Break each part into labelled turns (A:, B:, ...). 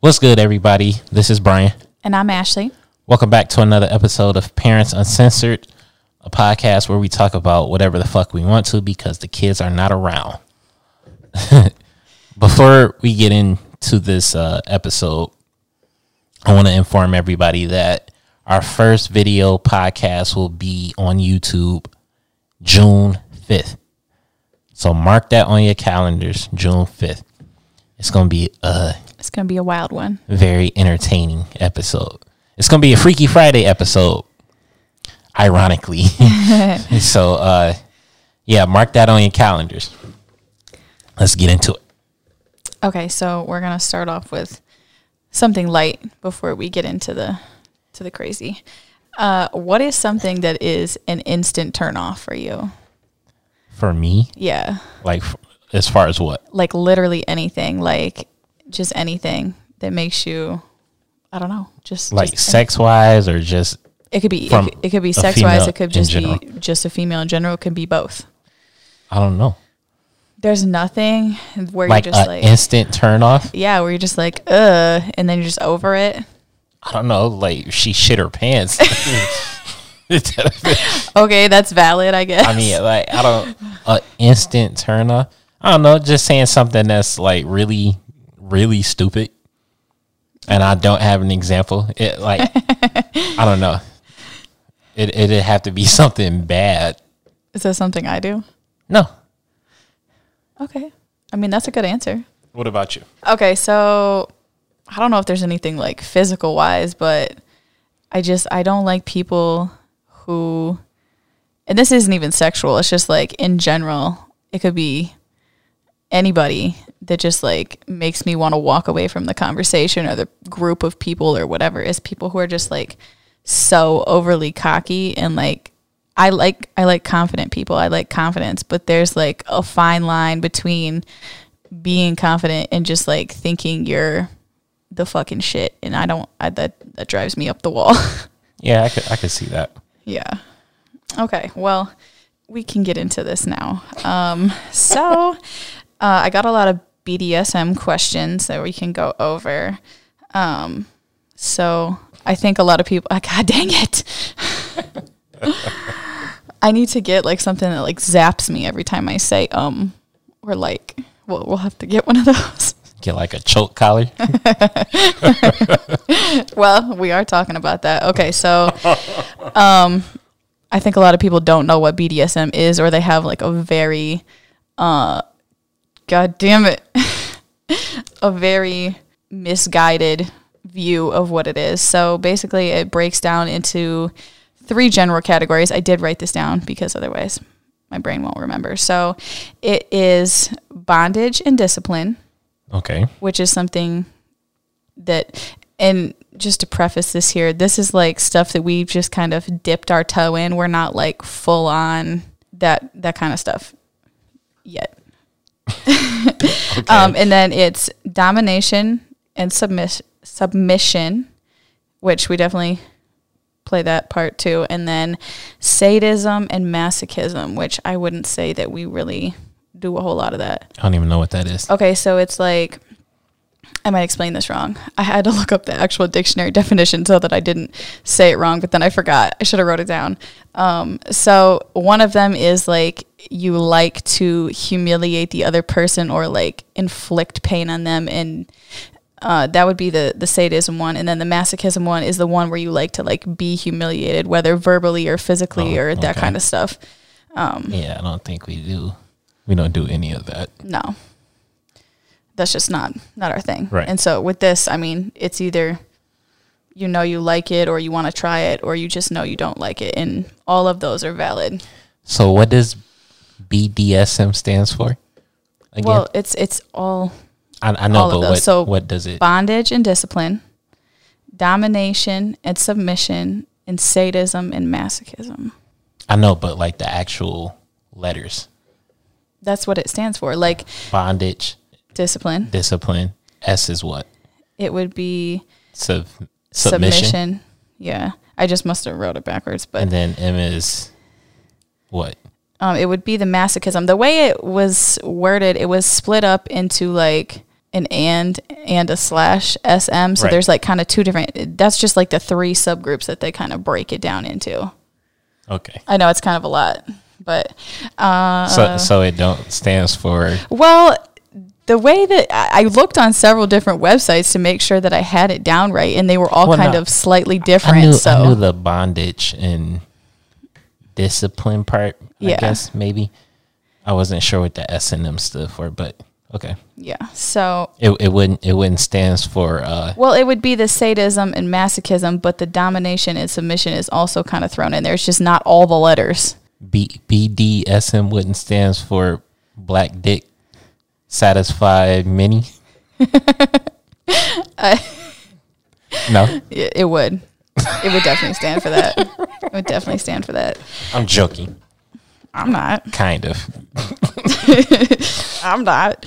A: What's good, everybody? This is Brian.
B: And I'm Ashley.
A: Welcome back to another episode of Parents Uncensored, a podcast where we talk about whatever the fuck we want to because the kids are not around. Before we get into this uh, episode, I want to inform everybody that our first video podcast will be on YouTube June 5th. So mark that on your calendars, June 5th. It's going to be a
B: It's going to be a wild one.
A: very entertaining episode. It's gonna be a Freaky Friday episode, ironically. so, uh, yeah, mark that on your calendars. Let's get into it.
B: Okay, so we're going to start off with something light before we get into the to the crazy. Uh, what is something that is an instant turnoff for you?
A: For me,
B: Yeah,
A: like f- as far as what,
B: like literally anything, like just anything that makes you, I don't know, just
A: like
B: just- uh,
A: sex wise, or just
B: It could be it
A: from
B: could, it could be
A: a
B: sex wise.
A: female
B: It could
A: in
B: just
A: general.
B: be just a female in general. It could be both.
A: I don't know,
B: There's nothing where
A: like
B: you're
A: an
B: just like,
A: instant turn off.
B: yeah, where you're just like, uh, and then you're just over it.
A: I don't know, like she shit her pants.
B: Okay, that's valid, I guess.
A: I mean, like I don't a instant turn off. I don't know, just saying something that's like really, really stupid, and I don't have an example. It like I don't know. It it'd have to be something bad.
B: Is that something I do?
A: No.
B: Okay. I mean, that's a good answer.
A: What about you?
B: Okay, so I don't know if there's anything like physical wise, but I just I don't like people who and this isn't even sexual, it's just like in general, it could be anybody that just like makes me want to walk away from the conversation or the group of people or whatever is people who are just like so overly cocky and like I like I like confident people. I like confidence, but there's like a fine line between being confident and just like thinking you're the fucking shit and i don't I, that that drives me up the wall
A: Yeah, I could I could see that.
B: yeah okay well we can get into this now um so uh, i got a lot of bdsm questions that we can go over um so i think a lot of people ah, god dang it i need to get like something that like zaps me every time i say um or like we'll, we'll have to get one of those
A: Get like a choke collar.
B: Well, we are talking about that. Okay, so um I think a lot of people don't know what BDSM is or they have like a very uh god damn it a very misguided view of what it is. So basically it breaks down into three general categories. I did write this down because otherwise my brain won't remember. So it is bondage and discipline
A: Okay.
B: which is something that and just to preface this here this is like stuff that we've just kind of dipped our toe in we're not like full on that that kind of stuff yet um, and then it's domination and submission submission which we definitely play that part too and then sadism and masochism which i wouldn't say that we really do a whole lot of that
A: I don't even know what that is.
B: Okay, so it's like I might explain this wrong. I had to look up the actual dictionary definition so that I didn't say it wrong, but then I forgot. I should have wrote it down. Um, so one of them is like you like to humiliate the other person or like inflict pain on them, and uh, that would be the the sadism one. And then the masochism one is the one where you like to like be humiliated, whether verbally or physically
A: Oh,
B: or that
A: okay.
B: kind of stuff.
A: Yeah, I don't think we do. We don't do any of that.
B: no that's just not not our thing
A: Right.
B: and so with this i mean it's either you know you like it or you want to try it or you just know you don't like it and all of those are valid
A: So what does BDSM stands for? Again,
B: well it's it's all
A: I, I know,
B: all of
A: but
B: those.
A: what,
B: So
A: what does it?
B: bondage and discipline domination and submission and sadism and masochism
A: I know, but like the actual letters
B: that's what it stands for like
A: bondage,
B: discipline
A: discipline. S is what?
B: it would be
A: Sub, submission.
B: submission, yeah i just must have wrote it backwards but
A: And then M is what?
B: um, it would be the masochism. The way it was worded, it was split up into like an and and a slash SM. So
A: Right.
B: there's like kind of two different. That's just like the three subgroups that they kind of break it down into.
A: Okay.
B: I know it's kind of a lot, but Uh,
A: so so it don't stands for
B: Well, the way that I I looked on several different websites to make sure that I had it down right, and they were all
A: Well,
B: kind
A: no.
B: of slightly
A: I
B: different.
A: knew
B: so
A: I knew the bondage and discipline part, I
B: Yeah.
A: guess maybe. I wasn't sure what the S and M stood for, but okay.
B: yeah, so
A: It it wouldn't it wouldn't stands for uh
B: well, it would be the sadism and masochism, but the domination and submission is also kind of thrown in there. It's just not all the letters.
A: B B D S M wouldn't stands for black dick satisfied mini.
B: Uh,
A: no,
B: It, it would, it would definitely stand for that. It would definitely stand for that.
A: I'm joking.
B: I'm not.
A: Kind of.
B: I'm not.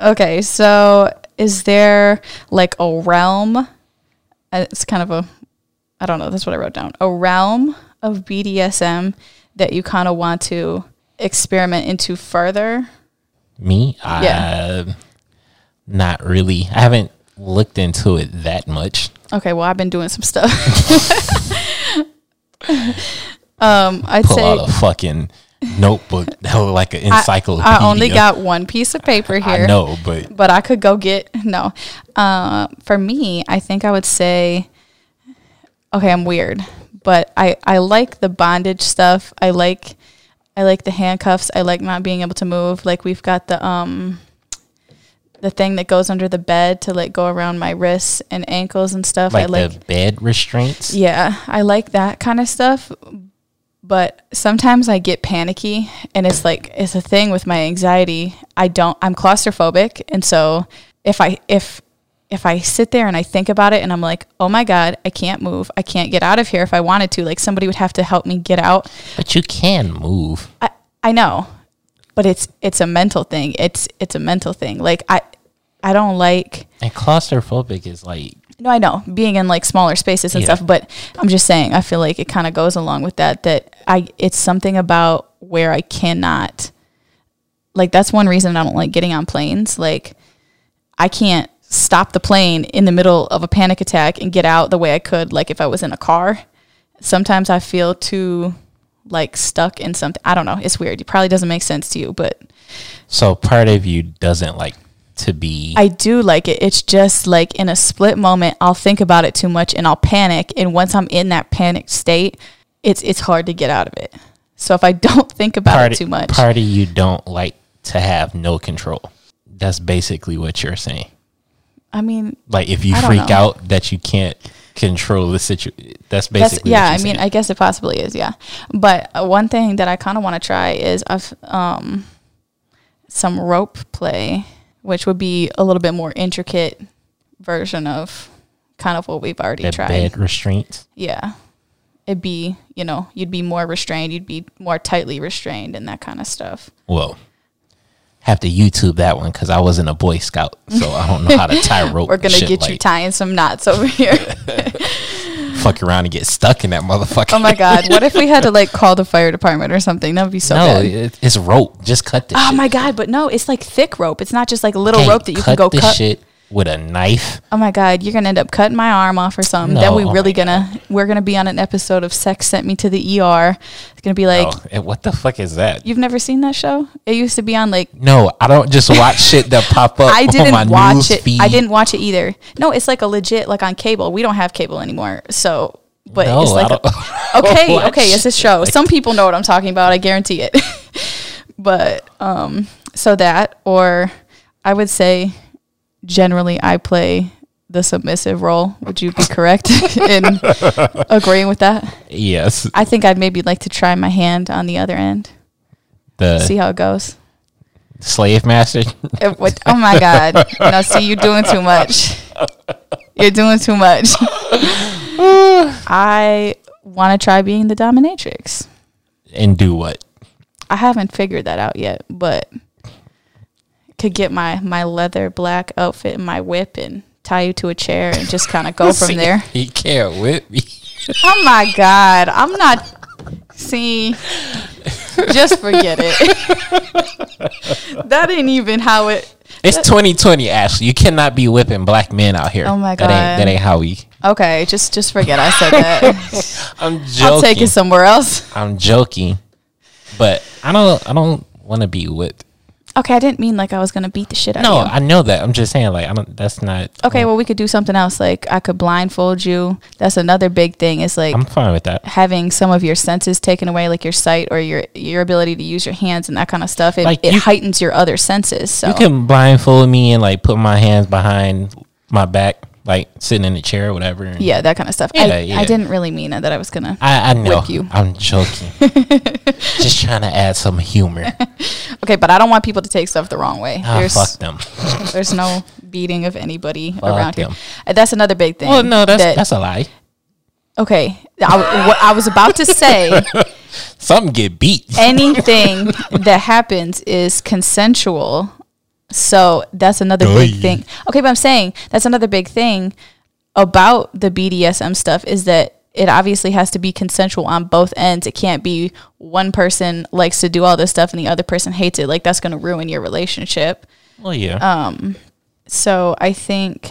B: Okay, so is there like a realm? uh, It's kind of a, I don't know, that's what I wrote down. A realm of BDSM that you kind of want to experiment into further?
A: Me?
B: Yeah.
A: Uh, not really. I haven't looked into it that much.
B: Okay, well, I've been doing some stuff. um, I'd
A: Pull
B: say
A: out a fucking notebook that look like an encyclopedia.
B: I only got one piece of paper here.
A: I know, but
B: but I could go get no. Uh, for me, I think I would say, okay, I'm weird, but I I like the bondage stuff. I like I like the handcuffs. I like not being able to move. Like we've got the um the thing that goes under the bed to like go around my wrists and ankles and stuff. I
A: like,
B: like
A: the bed restraints.
B: yeah, I like that kind of stuff. But sometimes I get panicky and it's like it's a thing with my anxiety. I don't I'm claustrophobic and so if I if if I sit there and I think about it and I'm like, "Oh my god, I can't move. I can't get out of here if I wanted to." Like somebody would have to help me get out.
A: But you can move.
B: I I know, but it's it's a mental thing. It's it's a mental thing. Like I I don't like
A: And claustrophobic is like
B: no, I know being in like smaller spaces and
A: Yeah.
B: stuff, but I'm just saying I feel like it kind of goes along with that that I it's something about where I cannot like that's one reason I don't like getting on planes. Like I can't stop the plane in the middle of a panic attack and get out the way I could like if I was in a car. Sometimes I feel too like stuck in something. I don't know. It's weird. It probably doesn't make sense to you, but
A: so part of you doesn't like to be
B: I do like it. It's just like in a split moment, I'll think about it too much and I'll panic. And once I'm in that panic state, it's it's hard to get out of it. So if I don't think about
A: part
B: it too much,
A: Part of you don't like to have no control. That's basically what you're saying.
B: I mean,
A: Like if you
B: I don't
A: freak
B: know.
A: out that you can't control the situation, that's
B: that's
A: basically
B: yeah. I
A: What
B: mean,
A: you're
B: I guess it possibly is. Yeah, but uh, one thing that I kind of want to try is I've um some rope play, which would be a little bit more intricate version of kind of what we've already
A: saying. the
B: tried.
A: bed restraints.
B: yeah it'd be you know you'd be more restrained you'd be more tightly restrained and that kind of stuff
A: Well, have to YouTube that one because I wasn't a Boy Scout, so I don't know how to tie rope.
B: we're gonna get you tying some knots over here
A: fuck around and get stuck in that motherfucker.
B: oh my god what if we had to like call the fire department or something that would be so
A: no,
B: bad
A: it, it's rope. Just cut the
B: oh
A: shit.
B: my god but no it's like thick rope it's not just like little
A: Can't
B: rope that you can go
A: the
B: cut
A: shit with a knife.
B: oh my god you're gonna end up cutting my arm off or something then
A: No,
B: we
A: oh
B: really
A: my
B: gonna we're gonna be on an episode of sex sent me to the er it's gonna be like
A: oh, and what the fuck is that?
B: you've never seen that show it used to be on like
A: No, I don't just watch shit that pop up.
B: I
A: on my
B: didn't
A: news
B: watch it.
A: Feed.
B: I didn't watch it either. No, it's like a legit like on cable. We don't have cable anymore. So, but
A: No,
B: it's like
A: I don't.
B: a- okay,
A: watch
B: okay, it's a show. Some people know what I'm talking about. I guarantee it. but um, so that or I would say generally I play the submissive role. Would you be correct in agreeing with that?
A: yes,
B: I think I'd maybe like to try my hand on the other end.
A: the
B: See how it goes.
A: slave master.
B: It would- oh my god! No, see, you're doing too much. You're doing too much. I want to try being the dominatrix.
A: and do what?
B: I haven't figured that out yet, but could get my my leather black outfit and my whip and tie you to a chair and just kind of go from
A: See,
B: there.
A: He can't whip me.
B: Oh my god! I'm not. See, just forget it. that ain't even how it.
A: It's 2020, Ashley. You cannot be whipping black men out here.
B: Oh my
A: That ain't,
B: God.
A: that ain't how we.
B: Okay, just just forget I said that.
A: I'm joking.
B: I'll take it somewhere else.
A: I'm joking. But I don't. I don't want to be whipped.
B: Okay, I didn't mean like I was gonna beat the shit out
A: No,
B: of you. Oh.
A: I know that. I'm just saying, like, I don't. That's not.
B: Okay, well we could do something else. Like I could blindfold you. That's another big thing. It's like
A: I'm fine with that.
B: having some of your senses taken away, like your sight or your your ability to use your hands and that kind of stuff. It,
A: Like,
B: it
A: you-
B: heightens your other senses. So
A: You can blindfold me and like put my hands behind my back, like sitting in a chair or whatever. and-
B: yeah, that kind of stuff.
A: Yeah,
B: I,
A: yeah.
B: I didn't really mean that I was gonna.
A: I, I know.
B: Whip you.
A: I'm joking. just trying to add some humor.
B: Okay, but I don't want people to take stuff the wrong way.
A: Ah,
B: there's
A: fuck them.
B: there's no beating of anybody around
A: them.
B: here. Uh, That's another big thing.
A: Well, no, that's
B: that-
A: that's a lie.
B: okay. I, what I was about to say
A: Some get beat.
B: anything that happens is consensual. So that's another
A: Duh.
B: big thing. Okay, but I'm saying that's another big thing about the BDSM stuff is that it obviously has to be consensual on both ends. It can't be one person likes to do all this stuff and the other person hates it. Like that's going to ruin your relationship.
A: Well, Oh, yeah.
B: Uh. So I think,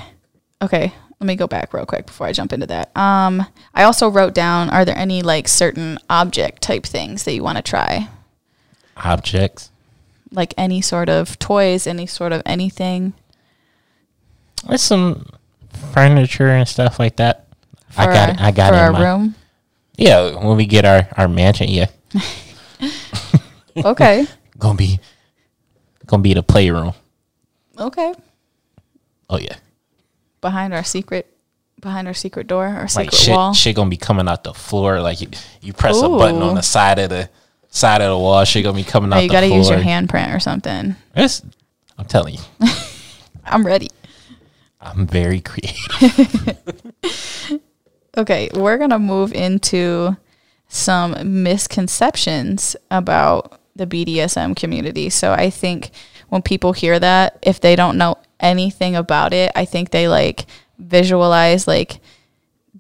B: okay, let me go back real quick before I jump into that. Um, I also wrote down: Are there any like certain object type things that you want to try?
A: Objects.
B: Like any sort of toys, any sort of anything.
A: There's some furniture and stuff like that. I
B: for
A: got. it-
B: our-
A: I got
B: for
A: it
B: our
A: in my.
B: room.
A: Yeah, when we get our our mansion, yeah,
B: Okay,
A: gonna be gonna be the playroom.
B: okay.
A: Oh yeah,
B: Behind our secret, behind our secret door, our
A: like
B: secret
A: shit,
B: wall.
A: shit gonna be coming out the floor. Like you, you press a button on
B: Ooh.
A: the side of the side of the wall, shit gonna be coming
B: No,
A: out.
B: Oh, you
A: the
B: got to
A: floor.
B: use your handprint or something.
A: It's, I'm telling you,
B: I'm ready.
A: I'm very creative.
B: Okay, we're going to move into some misconceptions about the BDSM community. So I think when people hear that, if they don't know anything about it, I think they like visualize like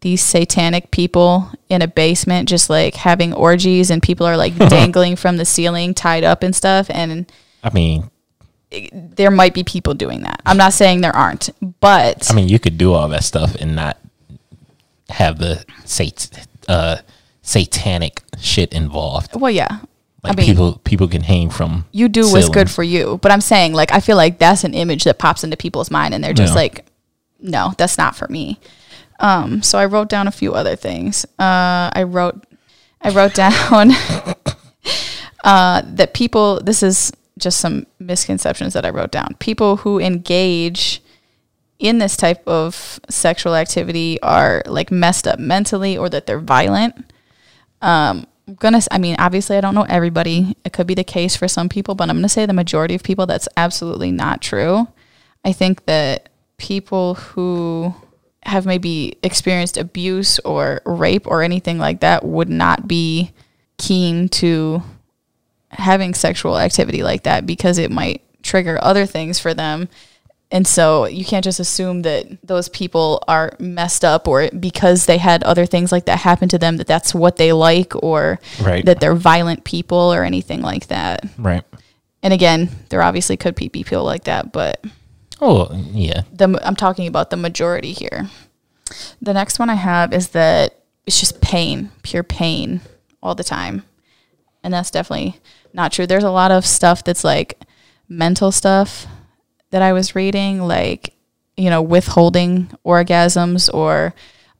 B: these satanic people in a basement just like having orgies and people are like dangling from the ceiling tied up and stuff and
A: I mean,
B: there might be people doing that. I'm not saying there aren't, but
A: I mean, you could do all that stuff and not have the sat- uh, satanic shit involved.
B: well yeah.
A: Like
B: I mean
A: people, people can hang from
B: you do what's good
A: ceilings.
B: for you. But I'm saying, like, I feel like that's an image that pops into people's mind, and they're just
A: Yeah.
B: like, no, that's not for me. Um, so I wrote down a few other things. Uh, I wrote, I wrote down uh, that people. This is just some misconceptions that I wrote down. People who engage in this type of sexual activity are like messed up mentally, or that they're violent gonna s- i mean obviously i don't know everybody it could be the case for some people but i'm gonna say the majority of people that's absolutely not true i think that people who have maybe experienced abuse or rape or anything like that would not be keen to having sexual activity like that because it might trigger other things for them and so you can't just assume that those people are messed up or because they had other things like that happen to them that that's what they like or
A: Right.
B: that they're violent people or anything like that.
A: right?
B: And again, there obviously could be people like that, but
A: Oh yeah,
B: the I'm talking about the majority here. The next one I have is that it's just pain, pure pain all the time. And that's definitely not true. There's a lot of stuff that's like mental stuff that I was reading like you know, withholding orgasms or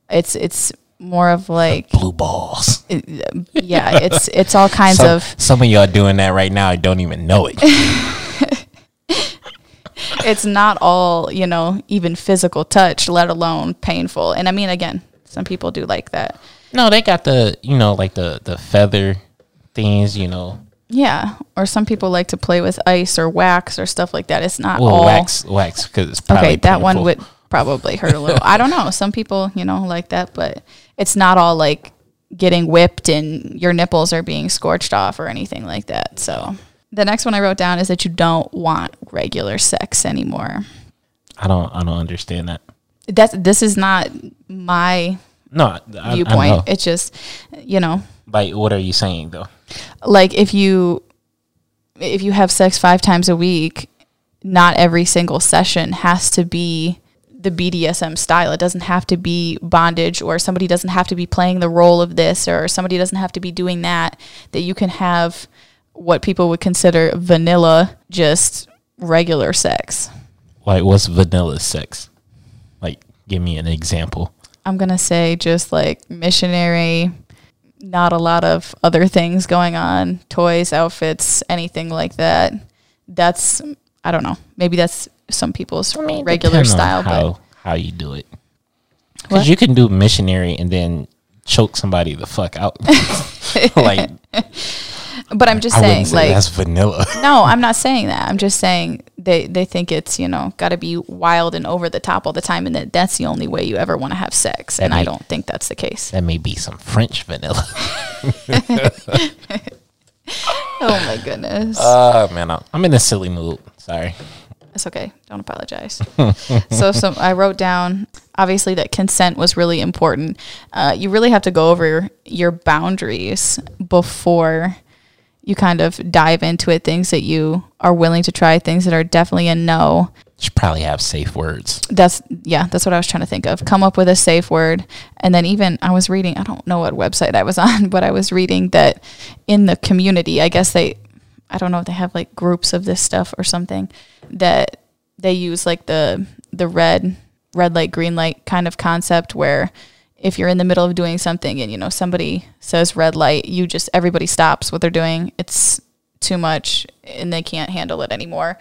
B: it's it's more of like
A: blue balls.
B: yeah, it's it's all kinds
A: Some,
B: of
A: some of y'all doing that right now. I don't even know it.
B: it's not all you know even physical touch let alone painful and i mean again some people do like that
A: No, they got the you know like the the feather things. You know,
B: yeah or some people like to play with ice or wax or stuff like that it's not
A: well
B: all
A: wax wax because it's probably
B: okay that one
A: painful.
B: would probably hurt a little i don't know some people you know like that but it's not all like getting whipped and your nipples are being scorched off or anything like that so the next one i wrote down is that you don't want regular sex anymore
A: I don't I don't understand that.
B: that's this is not my
A: No, I- I, I know.
B: viewpoint it's just you know
A: like what are you saying though?
B: like if you if you have sex five times a week not every single session has to be the BDSM style. It doesn't have to be bondage or somebody doesn't have to be playing the role of this or somebody doesn't have to be doing that. That you can have what people would consider vanilla, just regular sex.
A: Like, what's vanilla sex? Like, give me an example.
B: I'm going to say just like missionary, not a lot of other things going on, toys, outfits, anything like that. That's, I don't know, maybe that's some people's regular
A: Depend on
B: style.
A: how
B: But
A: how you do it?
B: What?
A: Because you can do missionary and then choke somebody the fuck out. like,
B: but I'm just
A: I
B: saying,
A: wouldn't say
B: like,
A: that's vanilla.
B: no, I'm not saying that. I'm just saying they they think it's you know got to be wild and over the top all the time, and that that's the only way you ever want to have sex. And I
A: may-
B: don't think that's the case.
A: that may be some French vanilla.
B: Oh my goodness,
A: Oh man, I'm, I'm in a silly mood. Sorry.
B: it's okay. Don't apologize. so some I wrote down obviously that consent was really important. Uh, you really have to go over your boundaries before you kind of dive into it. Things that you are willing to try, things that are definitely a no.
A: Should probably have safe words.
B: that's yeah that's what i was trying to think of come up with a safe word and then even i was reading i don't know what website i was on but i was reading that in the community i guess they i don't know if they have like groups of this stuff or something that they use like the the red red light green light kind of concept where if you're in the middle of doing something and you know somebody says red light you just everybody stops what they're doing it's too much and they can't handle it anymore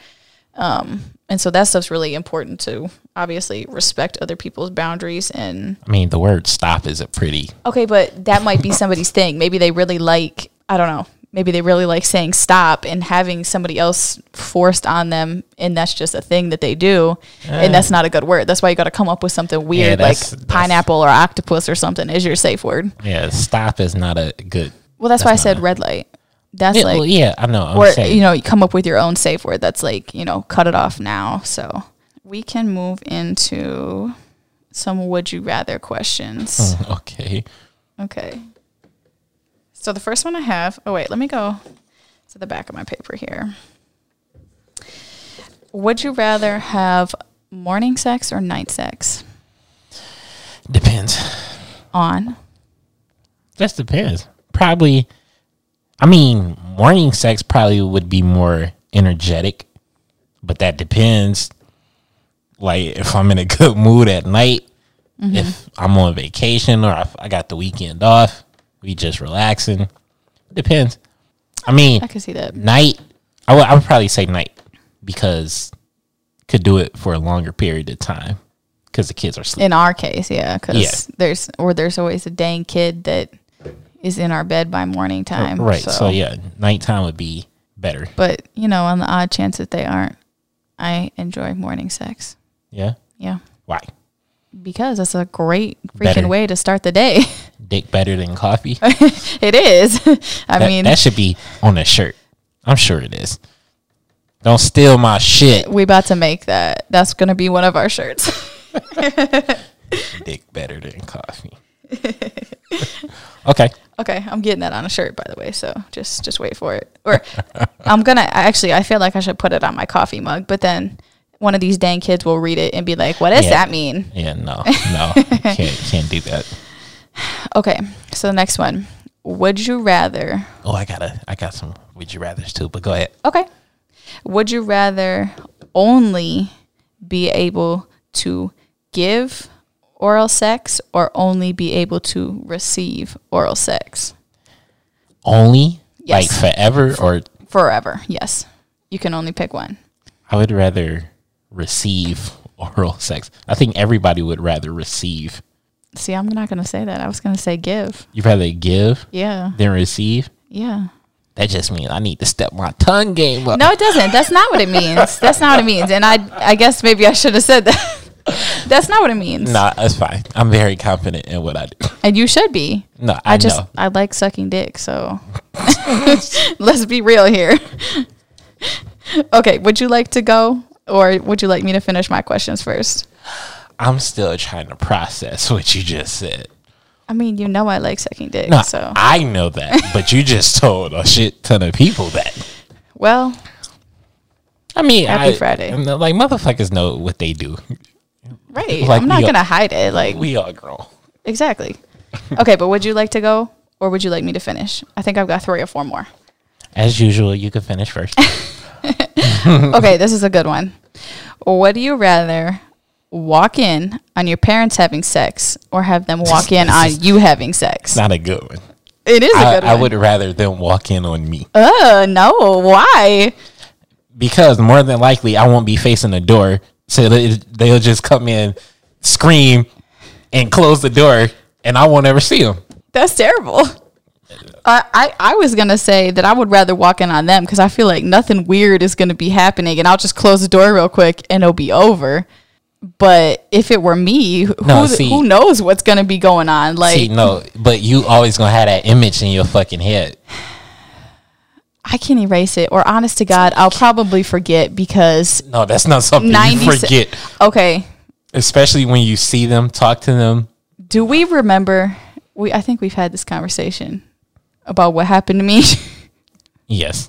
B: and so that stuff's really important to obviously respect other people's boundaries and
A: I mean, the word "stop" is a pretty.
B: okay, but that might be somebody's thing. Maybe they really like I don't know. Maybe they really like saying stop and having somebody else forced on them, and that's just a thing that they do, and that's not a good word. That's why you got to come up with something weird
A: that's-
B: like
A: that's-
B: pineapple or octopus or something is your safe word.
A: Yeah, "stop" is not a good.
B: Well, that's, why I
A: That's
B: said red light. That's
A: Yeah,
B: like
A: well, yeah, I know. I'm
B: or
A: saying,
B: you know you come up with your own safe word that's like you know cut it off now so we can move into some would you rather questions
A: okay. Uh-huh.
B: okay so the first one i have oh wait let me go to the back of my paper here would you rather have morning sex or night sex
A: Depends.
B: on
A: Just depends. Probably. I mean, morning sex probably would be more energetic, but that depends. Like if I'm in a good mood at night, if I'm on vacation or if I got the weekend off, we just relaxing. Depends. I mean,
B: i can see that
A: night. I would- I would probably say night because could do it for a longer period of time because the kids are sleeping.
B: in our case yeah because
A: Yeah.
B: there's or there's always a dang kid that is in our bed by morning time
A: Oh, Right. so yeah, nighttime would be better.
B: But you know, on the odd chance that they aren't, I enjoy morning sex.
A: Yeah.
B: Yeah,
A: Why?
B: because it's a great freaking
A: Better.
B: way to start the day.
A: dick better than coffee.
B: it is. I
A: That,
B: mean,
A: that should be on a shirt. I'm sure it is. Don't steal my shit.
B: we about to make that. That's gonna be one of our shirts.
A: Dick better than coffee. okay.
B: okay, I'm getting that on a shirt, by the way. So just just wait for it. Or I'm gonna I actually. I feel like I should put it on my coffee mug, but then one of these dang kids will read it and be like, "What does
A: Yeah.
B: that mean?"
A: Yeah, no, no, you can't can't do that.
B: Okay, so the next one. Would you rather
A: Oh, I gotta, I got some would you rather's too. But go ahead.
B: Okay. Would you rather only be able to give oral sex or only be able to receive oral sex?
A: Only
B: Yes.
A: like forever, or
B: Forever, yes. You can only pick one.
A: I would rather receive oral sex. I think everybody would rather receive.
B: See, I'm not going to say that. I was going to say give.
A: You'd rather give
B: Yeah.
A: than receive.
B: Yeah.
A: That just means I need to step my tongue game up.
B: No, it doesn't. That's not what it means. That's not what it means. And I I guess maybe I should have said that. That's not what it means.
A: Nah, that's fine. I'm very confident in what I do.
B: And you should be.
A: No, I,
B: I, just
A: know.
B: I like sucking dick, so let's be real here. okay, would you like to go or would you like me to finish my questions first?
A: I'm still trying to process what you just said.
B: I mean, you know I like sucking dick,
A: No,
B: so
A: I know that, but you just told a shit ton of people that.
B: well,
A: I mean,
B: Happy
A: I-
B: Friday.
A: I'm not- like motherfuckers know what they do.
B: Right.
A: Like
B: I'm not
A: we are-
B: going to hide it. Like,
A: We all grown.
B: exactly. Okay, but would you like to go or would you like me to finish? I think I've got three or four more.
A: As usual, you can finish first.
B: okay, this is a good one. Would you rather walk in on your parents having sex or have them walk in on you having sex?
A: Not a good one.
B: It is a
A: I,
B: good
A: I
B: one.
A: would rather them walk in on me
B: Uh, no. Why?
A: because more than likely I won't be facing the door, so they, they'll just come in, scream, and close the door, and I won't ever see them.
B: That's terrible. I, I, I was going to say that I would rather walk in on them because I feel like nothing weird is going to be happening and I'll just close the door real quick and it'll be over. But if it were me, who,
A: No,
B: who-
A: see-
B: who knows what's going to be going on? Like,
A: See, no, but you always gonna have that image in your fucking head.
B: I can erase it. Or honest to God, I'll probably forget because
A: No, that's not something you
B: 90
A: forget,
B: okay
A: especially when you see them, talk to them.
B: do we remember we i think we've had this conversation about what happened to me
A: Yes.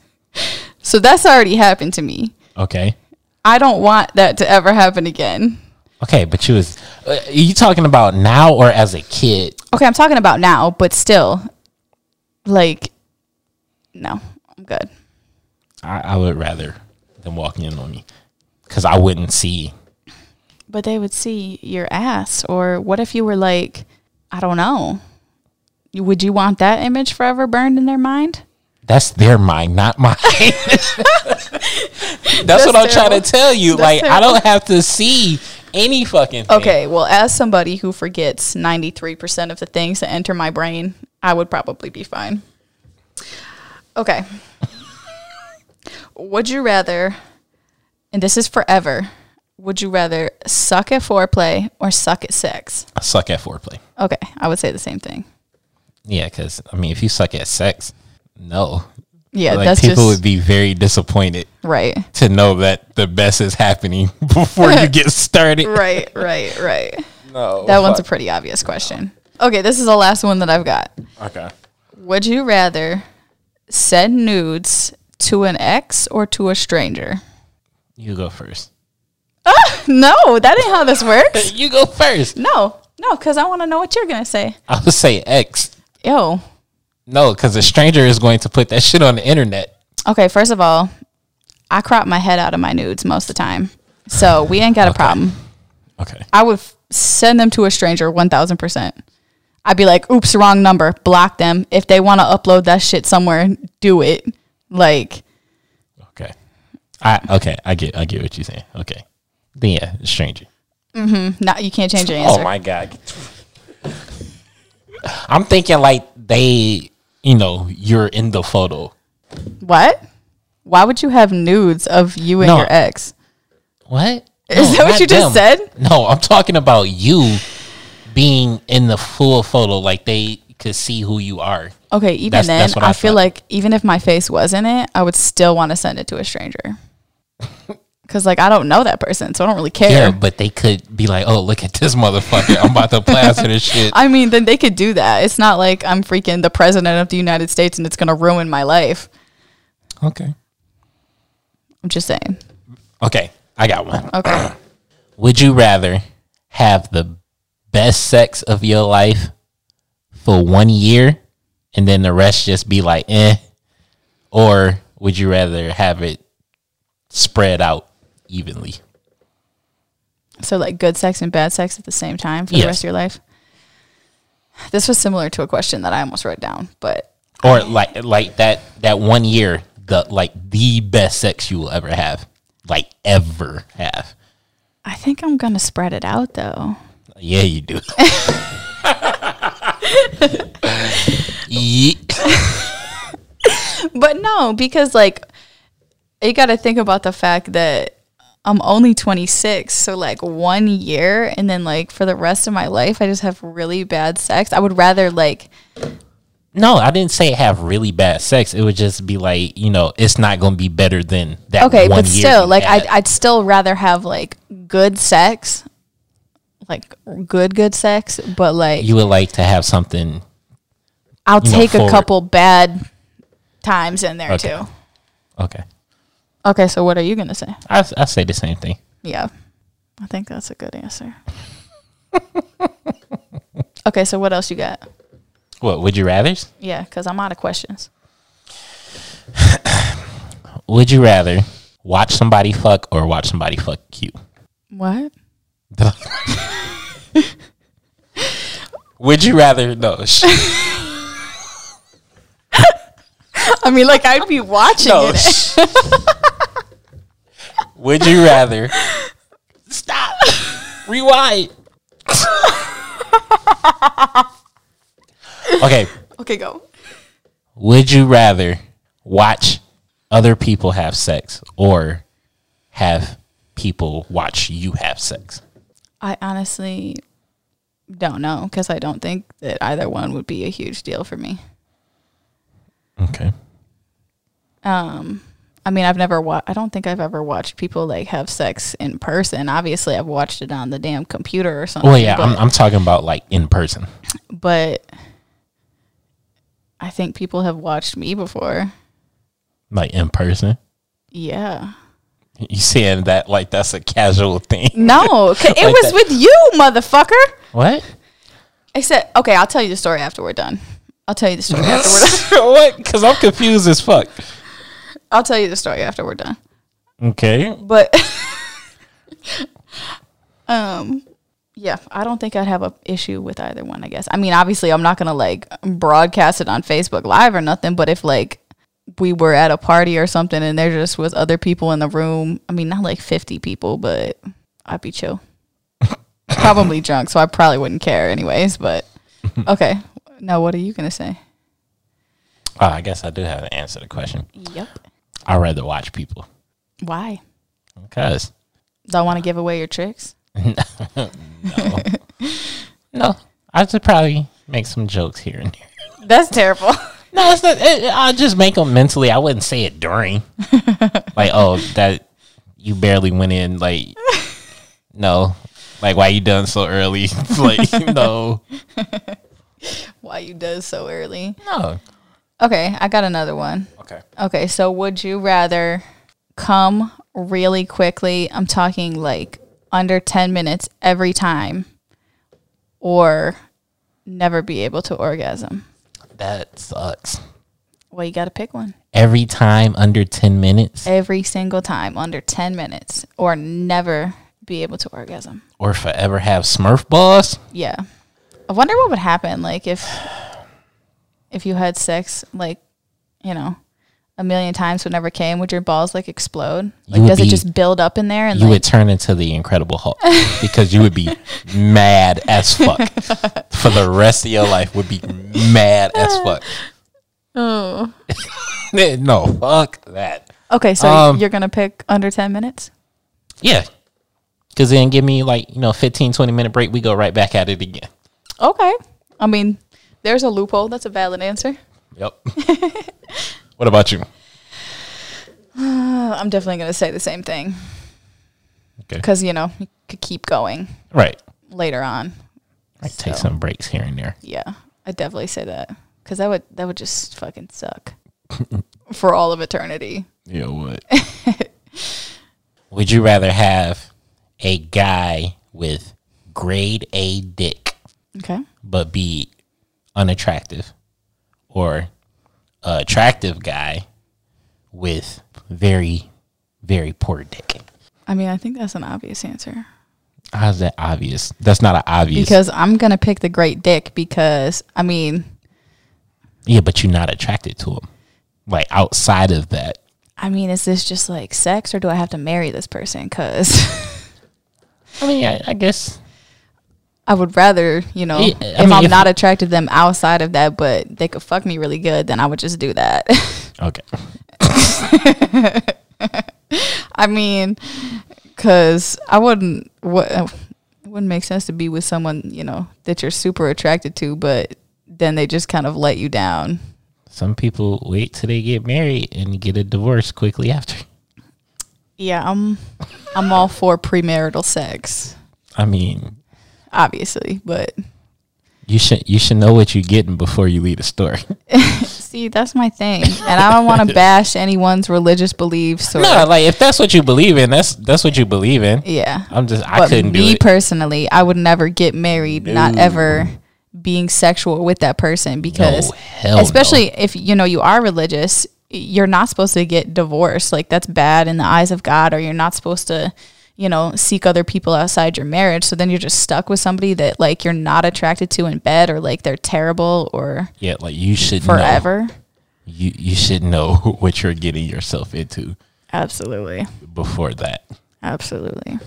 B: so that's already happened to me
A: Okay.
B: i don't want that to ever happen again
A: Okay, but you was uh, are you talking about now or as a kid?
B: okay i'm talking about now but still like no i'm good
A: I, I would rather them walking in on me because I wouldn't see.
B: but they would see your ass or what if you were like i don't know would you want that image forever burned in their mind
A: That's their mind, not mine. That's, what I'm trying
B: terrible.
A: to tell you. like I don't have to see any fucking. Thing.
B: Okay, well, as somebody who forgets 93% of the things that enter my brain, I would probably be fine. Okay. would you rather, and this is forever, would you rather suck at foreplay or suck at sex?
A: I suck at foreplay.
B: Okay, I would say the same thing.
A: Yeah, because I mean, if you suck at sex, no,
B: Yeah,
A: like
B: that's
A: people
B: just
A: would be very disappointed
B: right.
A: to know that the best is happening before you get started.
B: Right, right, right.
A: No,
B: That one's a pretty obvious question. Okay, this is the last one that I've got.
A: okay.
B: Would you rather send nudes to an ex or to a stranger?
A: You go first.
B: No, that ain't how this works.
A: You go first.
B: No, no, because I want to know what you're going to say.
A: I would say X.
B: Yo.
A: No, because a stranger is going to put that shit on the internet.
B: Okay, first of all, I crop my head out of my nudes most of the time. So we ain't got a problem.
A: Okay.
B: I would f- send them to a stranger 1000%. I'd be like, oops, wrong number, block them. If they want to upload that shit somewhere, do it. Like,
A: Okay. I okay. I get. I get what you're saying. Okay. Then yeah, stranger.
B: not, you can't
A: Oh
B: change your answer.
A: god. I'm thinking like they, you know, you're in the photo.
B: What? Why would you have nudes of you and
A: No.
B: your ex?
A: What?
B: Is that what
A: not
B: you just said?
A: No, I'm talking about you being in the full photo, like they could see who you are.
B: Okay, even
A: That's-
B: then,
A: that's what
B: I,
A: I
B: feel
A: thought.
B: like even if my face was in it, I would still want to send it to a stranger. Cause like I don't know that person, so I don't really care.
A: Yeah, but they could be like, "Oh, look at this motherfucker! I'm about to plaster this shit."
B: I mean, then they could do that. It's not like I'm freaking the president of the United States and it's gonna ruin my life.
A: Okay.
B: I'm just saying.
A: Okay, I got one.
B: Okay.
A: Would you rather have the best sex of your life for one year and then the rest just be like, eh? Or would you rather have it spread out evenly?
B: So like good sex and bad sex at the same time for
A: Yes.
B: the rest of your life. This was similar to a question that I almost wrote down, but
A: Or like like that that one year the like the best sex you will ever have. Like ever have.
B: I think I'm gonna spread it out though.
A: Yeah, you do. Ye-
B: But no, because like you got to think about the fact that I'm only 26, so like one year and then like for the rest of my life I just have really bad sex. I would rather like
A: No, I didn't say have really bad sex. It would just be like, you know, it's not going to be better than that.
B: okay,
A: one
B: but
A: year
B: still
A: you
B: like
A: had.
B: I'd, I'd still rather have like good sex, like good good sex, but like
A: you would like to have something.
B: I'll
A: know,
B: take a
A: forward.
B: couple bad times in there
A: Okay.
B: too.
A: Okay.
B: Okay, so what are you gonna say?
A: I, I say the same thing.
B: Yeah, I think that's a good answer. okay, so what else you got?
A: What would you rather?
B: Yeah, because I'm out of questions.
A: Would you rather watch somebody fuck or watch somebody fuck you?
B: What?
A: Would you rather? No, sh-
B: I mean, like I'd be watching
A: no.
B: it.
A: sh- would you rather? Stop. Rewind. okay.
B: Okay, go.
A: Would you rather watch other people have sex or have people watch you have sex?
B: I honestly don't know because I don't think that either one would be a huge deal for me.
A: Okay.
B: Um, I mean, I've never wa- I don't think I've ever watched people like have sex in person. Obviously, I've watched it on the damn computer or something.
A: Well, yeah, I'm,
B: but,
A: I'm talking about like in person.
B: but I think people have watched me before.
A: Like in person.
B: Yeah.
A: You saying that like that's a casual thing.
B: No, 'cause it was
A: that.
B: with you, motherfucker.
A: What?
B: I said, okay, I'll tell you the story after we're done. I'll tell you the story after we're done.
A: what? Because I'm confused as fuck.
B: I'll tell you the story after we're done.
A: Okay.
B: but um yeah i don't think i'd have a issue with either one i guess i mean obviously i'm not gonna like broadcast it on facebook live or nothing but if like we were at a party or something and there just was other people in the room i mean not like 50 people but i'd be chill probably drunk so i probably wouldn't care anyways but okay now what are you gonna say
A: Oh, I guess I do have to answer the question.
B: yep
A: I'd rather watch people
B: why
A: because
B: don't want to give away your tricks
A: no, I should probably make some jokes here and there.
B: that's terrible
A: No, it's not. It, I'll just make them mentally. I wouldn't say it during. like, oh, that you barely went in. Like, no, like why you done so early? like, no,
B: why you does so early
A: no.
B: Okay, I got another one.
A: Okay.
B: Okay, so would you rather come really quickly? I'm talking like under 10 minutes every time or never be able to orgasm?
A: That sucks.
B: Well, you got to pick one.
A: Every time under ten minutes,
B: Every single time under 10 minutes or never be able to orgasm.
A: or forever have Smurf balls.
B: Yeah. I wonder what would happen like if if you had sex like, you know, a million times but never came, would your balls like explode? Like
A: would
B: does it
A: be-
B: just build up in there and
A: You
B: like
A: would turn into the Incredible Hulk because you would be mad as fuck for the rest of your life. Would be mad as fuck.
B: Oh.
A: no, fuck that.
B: Okay, so
A: Um,
B: you're gonna pick under ten minutes?
A: Yeah. Because then give me like, you know, 15, 20 minute break. We go right back at it again.
B: Okay. I mean, there's a loophole. That's a valid answer.
A: Yep. what about you?
B: Uh, I'm definitely gonna say the same thing
A: Okay.
B: because you know you could keep going
A: Right.
B: later on.
A: I take
B: So.
A: some breaks here and there.
B: Yeah, I definitely say that because that would that would just fucking suck for all of eternity.
A: Yeah, what? Would you rather have a guy with grade A dick
B: Okay.
A: but be unattractive or a attractive guy with very, very poor dick?
B: I mean, I think that's an obvious answer
A: How's that obvious? That's not an obvious.
B: because I'm gonna pick the great dick because I mean,
A: Yeah, but you're not attracted to him. Like outside of that,
B: I mean, is this just like sex or do I have to marry this person? Because
A: I mean, I, I guess
B: I would rather, you know,
A: Yeah, I
B: if
A: mean,
B: I'm
A: if-
B: not attracted to them outside of that, but they could fuck me really good, then I would just do that.
A: okay.
B: I mean, because I wouldn't, what, uh, it wouldn't make sense to be with someone, you know, that you're super attracted to, but then they just kind of let you down.
A: Some people wait till they get married and get a divorce quickly after.
B: Yeah,
A: um,
B: I'm, I'm all for premarital sex,
A: I mean,
B: obviously, but
A: you should you should know what you're getting before you leave the store.
B: see, that's my thing, and I don't want to bash anyone's religious beliefs. Or,
A: No, like if that's what you believe in, that's that's what you believe in.
B: yeah,
A: I'm just I
B: but
A: couldn't do
B: me
A: it.
B: personally, I would never get married, not ever being sexual with that person because,
A: hell no.
B: especially if you know you are religious, you're not supposed to get divorced. Like that's bad in the eyes of God, or you're not supposed to, you know, seek other people outside your marriage. So then you're just stuck with somebody that like you're not attracted to in bed, or like they're terrible, or
A: Yeah, like you should know.
B: forever.
A: You you should know what you're getting yourself into
B: Absolutely,
A: before that,
B: absolutely.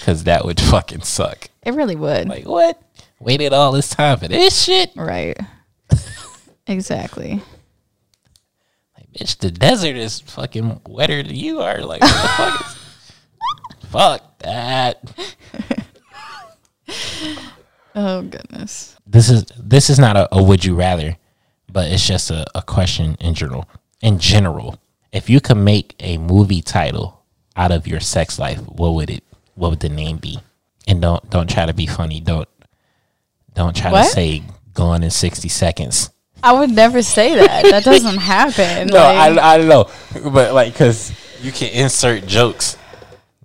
A: because that would fucking suck.
B: It really would.
A: Like what? Waited all this time for this shit?
B: right. exactly.
A: Like, bitch, the desert is fucking wetter than you are. Like what the fuck? Is, fuck that.
B: Oh goodness.
A: This is this is not a, a would you rather, but it's just a, a question in general. In general, if you could make a movie title out of your sex life, what would it? What would the name be? And don't don't try to be funny. Don't don't try to
B: What?
A: say gone in sixty seconds.
B: I would never say that. That doesn't happen.
A: No,
B: like,
A: I I know, but like because you can insert jokes.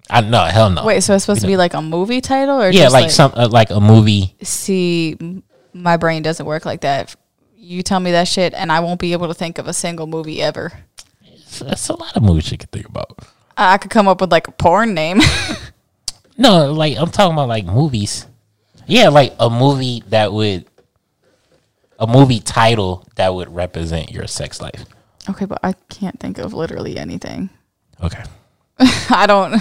A: I no hell no.
B: wait, so it's supposed to be like a movie title or
A: yeah,
B: just
A: like, some uh, like a movie.
B: see m- my brain doesn't work like that. You tell me that shit and I won't be able to think of a single movie ever.
A: It's, it's a lot of movies you can think about.
B: I I could come up with like a porn name.
A: No, like I'm talking about like movies. Yeah, like a movie that would a movie title that would represent your sex life.
B: okay, but I can't think of literally anything.
A: Okay.
B: I don't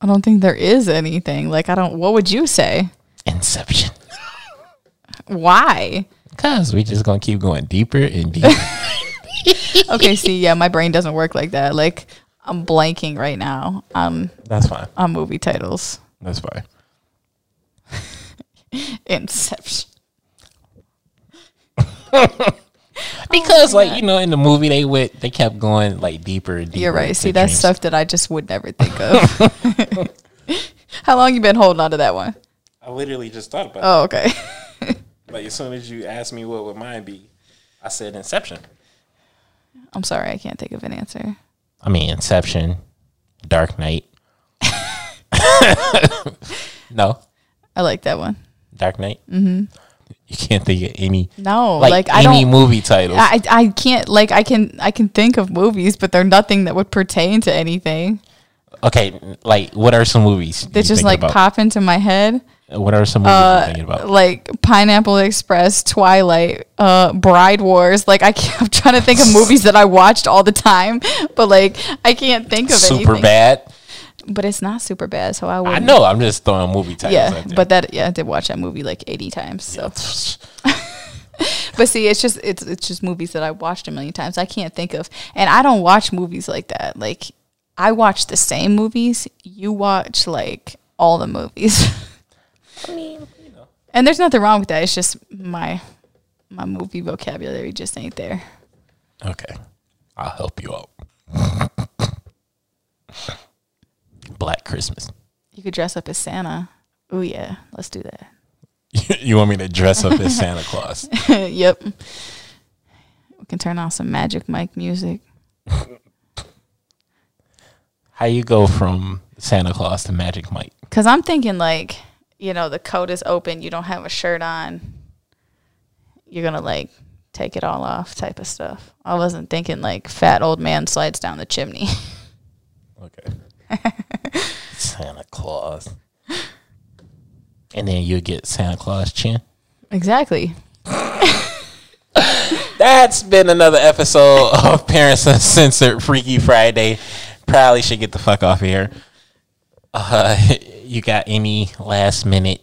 B: I don't think there is anything. Like I don't what would you say?
A: Inception.
B: Why?
A: Cause we just gonna keep going deeper and deeper.
B: Okay, see, yeah, my brain doesn't work like that. Like I'm blanking right now um,
A: That's fine.
B: on movie titles.
A: That's fine.
B: Inception.
A: Because like, you know, in the movie they went they kept going like deeper and deeper.
B: Oh, You're right.
A: into
B: See, that's
A: dreams.
B: stuff that I just would never think of. How long you been holding on to that one?
A: I literally just thought about
B: Oh, okay.
A: it. Like as soon as you asked me what would mine be, I said Inception.
B: I'm sorry, I can't think of an answer.
A: I mean Inception, Dark Knight. no.
B: I like that one.
A: Dark Knight. Mm-hmm. You can't think of any
B: No,
A: like,
B: like, I
A: any
B: don't.
A: movie titles.
B: I, I can't like I can I can think of movies, but they're nothing that would pertain to anything.
A: okay, like what are some movies?
B: They
A: you
B: just
A: thinking
B: like
A: about?
B: pop uh, into my head.
A: What are some movies you're thinking about?
B: like Pineapple Express, Twilight, uh, Bride Wars. Like I can't, I'm trying to think of movies that I watched all the time, but like I can't think of
A: Super
B: anything.
A: bad.
B: But it's not super bad, so I would.
A: I know. I'm just throwing movie titles.
B: Yeah,
A: out there.
B: but that yeah, I did watch that movie like 80 times. So, but see, it's just it's it's just movies that I watched a million times. I can't think of, and I don't watch movies like that. Like I watch the same movies. You watch like all the movies.
A: I mean, you know,
B: And there's nothing wrong with that. It's just my my movie vocabulary just ain't there.
A: okay, I'll help you out. Black Christmas.
B: You could dress up as Santa. Oh yeah, let's do that.
A: you want me to dress up as Santa Claus?
B: yep. We can turn on some Magic Mike music.
A: How you go from Santa Claus to Magic Mike?
B: Cause I'm thinking like, you know, the coat is open, you don't have a shirt on. You're gonna like take it all off type of stuff. I wasn't thinking like fat old man slides down the chimney.
A: Okay. Santa Claus. And then you get Santa Claus chin.
B: exactly.
A: That's been another episode of Parents Uncensored Freaky Friday. Probably should get the fuck off here. Uh, you got any last minute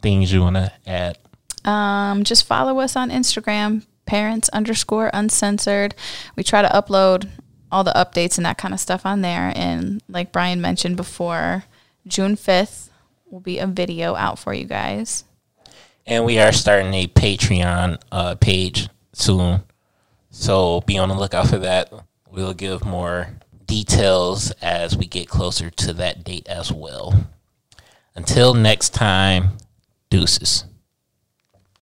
A: things you want to add?
B: Um, just follow us on Instagram, parents underscore uncensored. We try to upload all the updates and that kind of stuff on there. And like Brian mentioned before, June 5th will be a video out for you guys.
A: And we are starting a Patreon uh, page soon. So be on the lookout for that. We'll give more details as we get closer to that date as well. Until next time, deuces.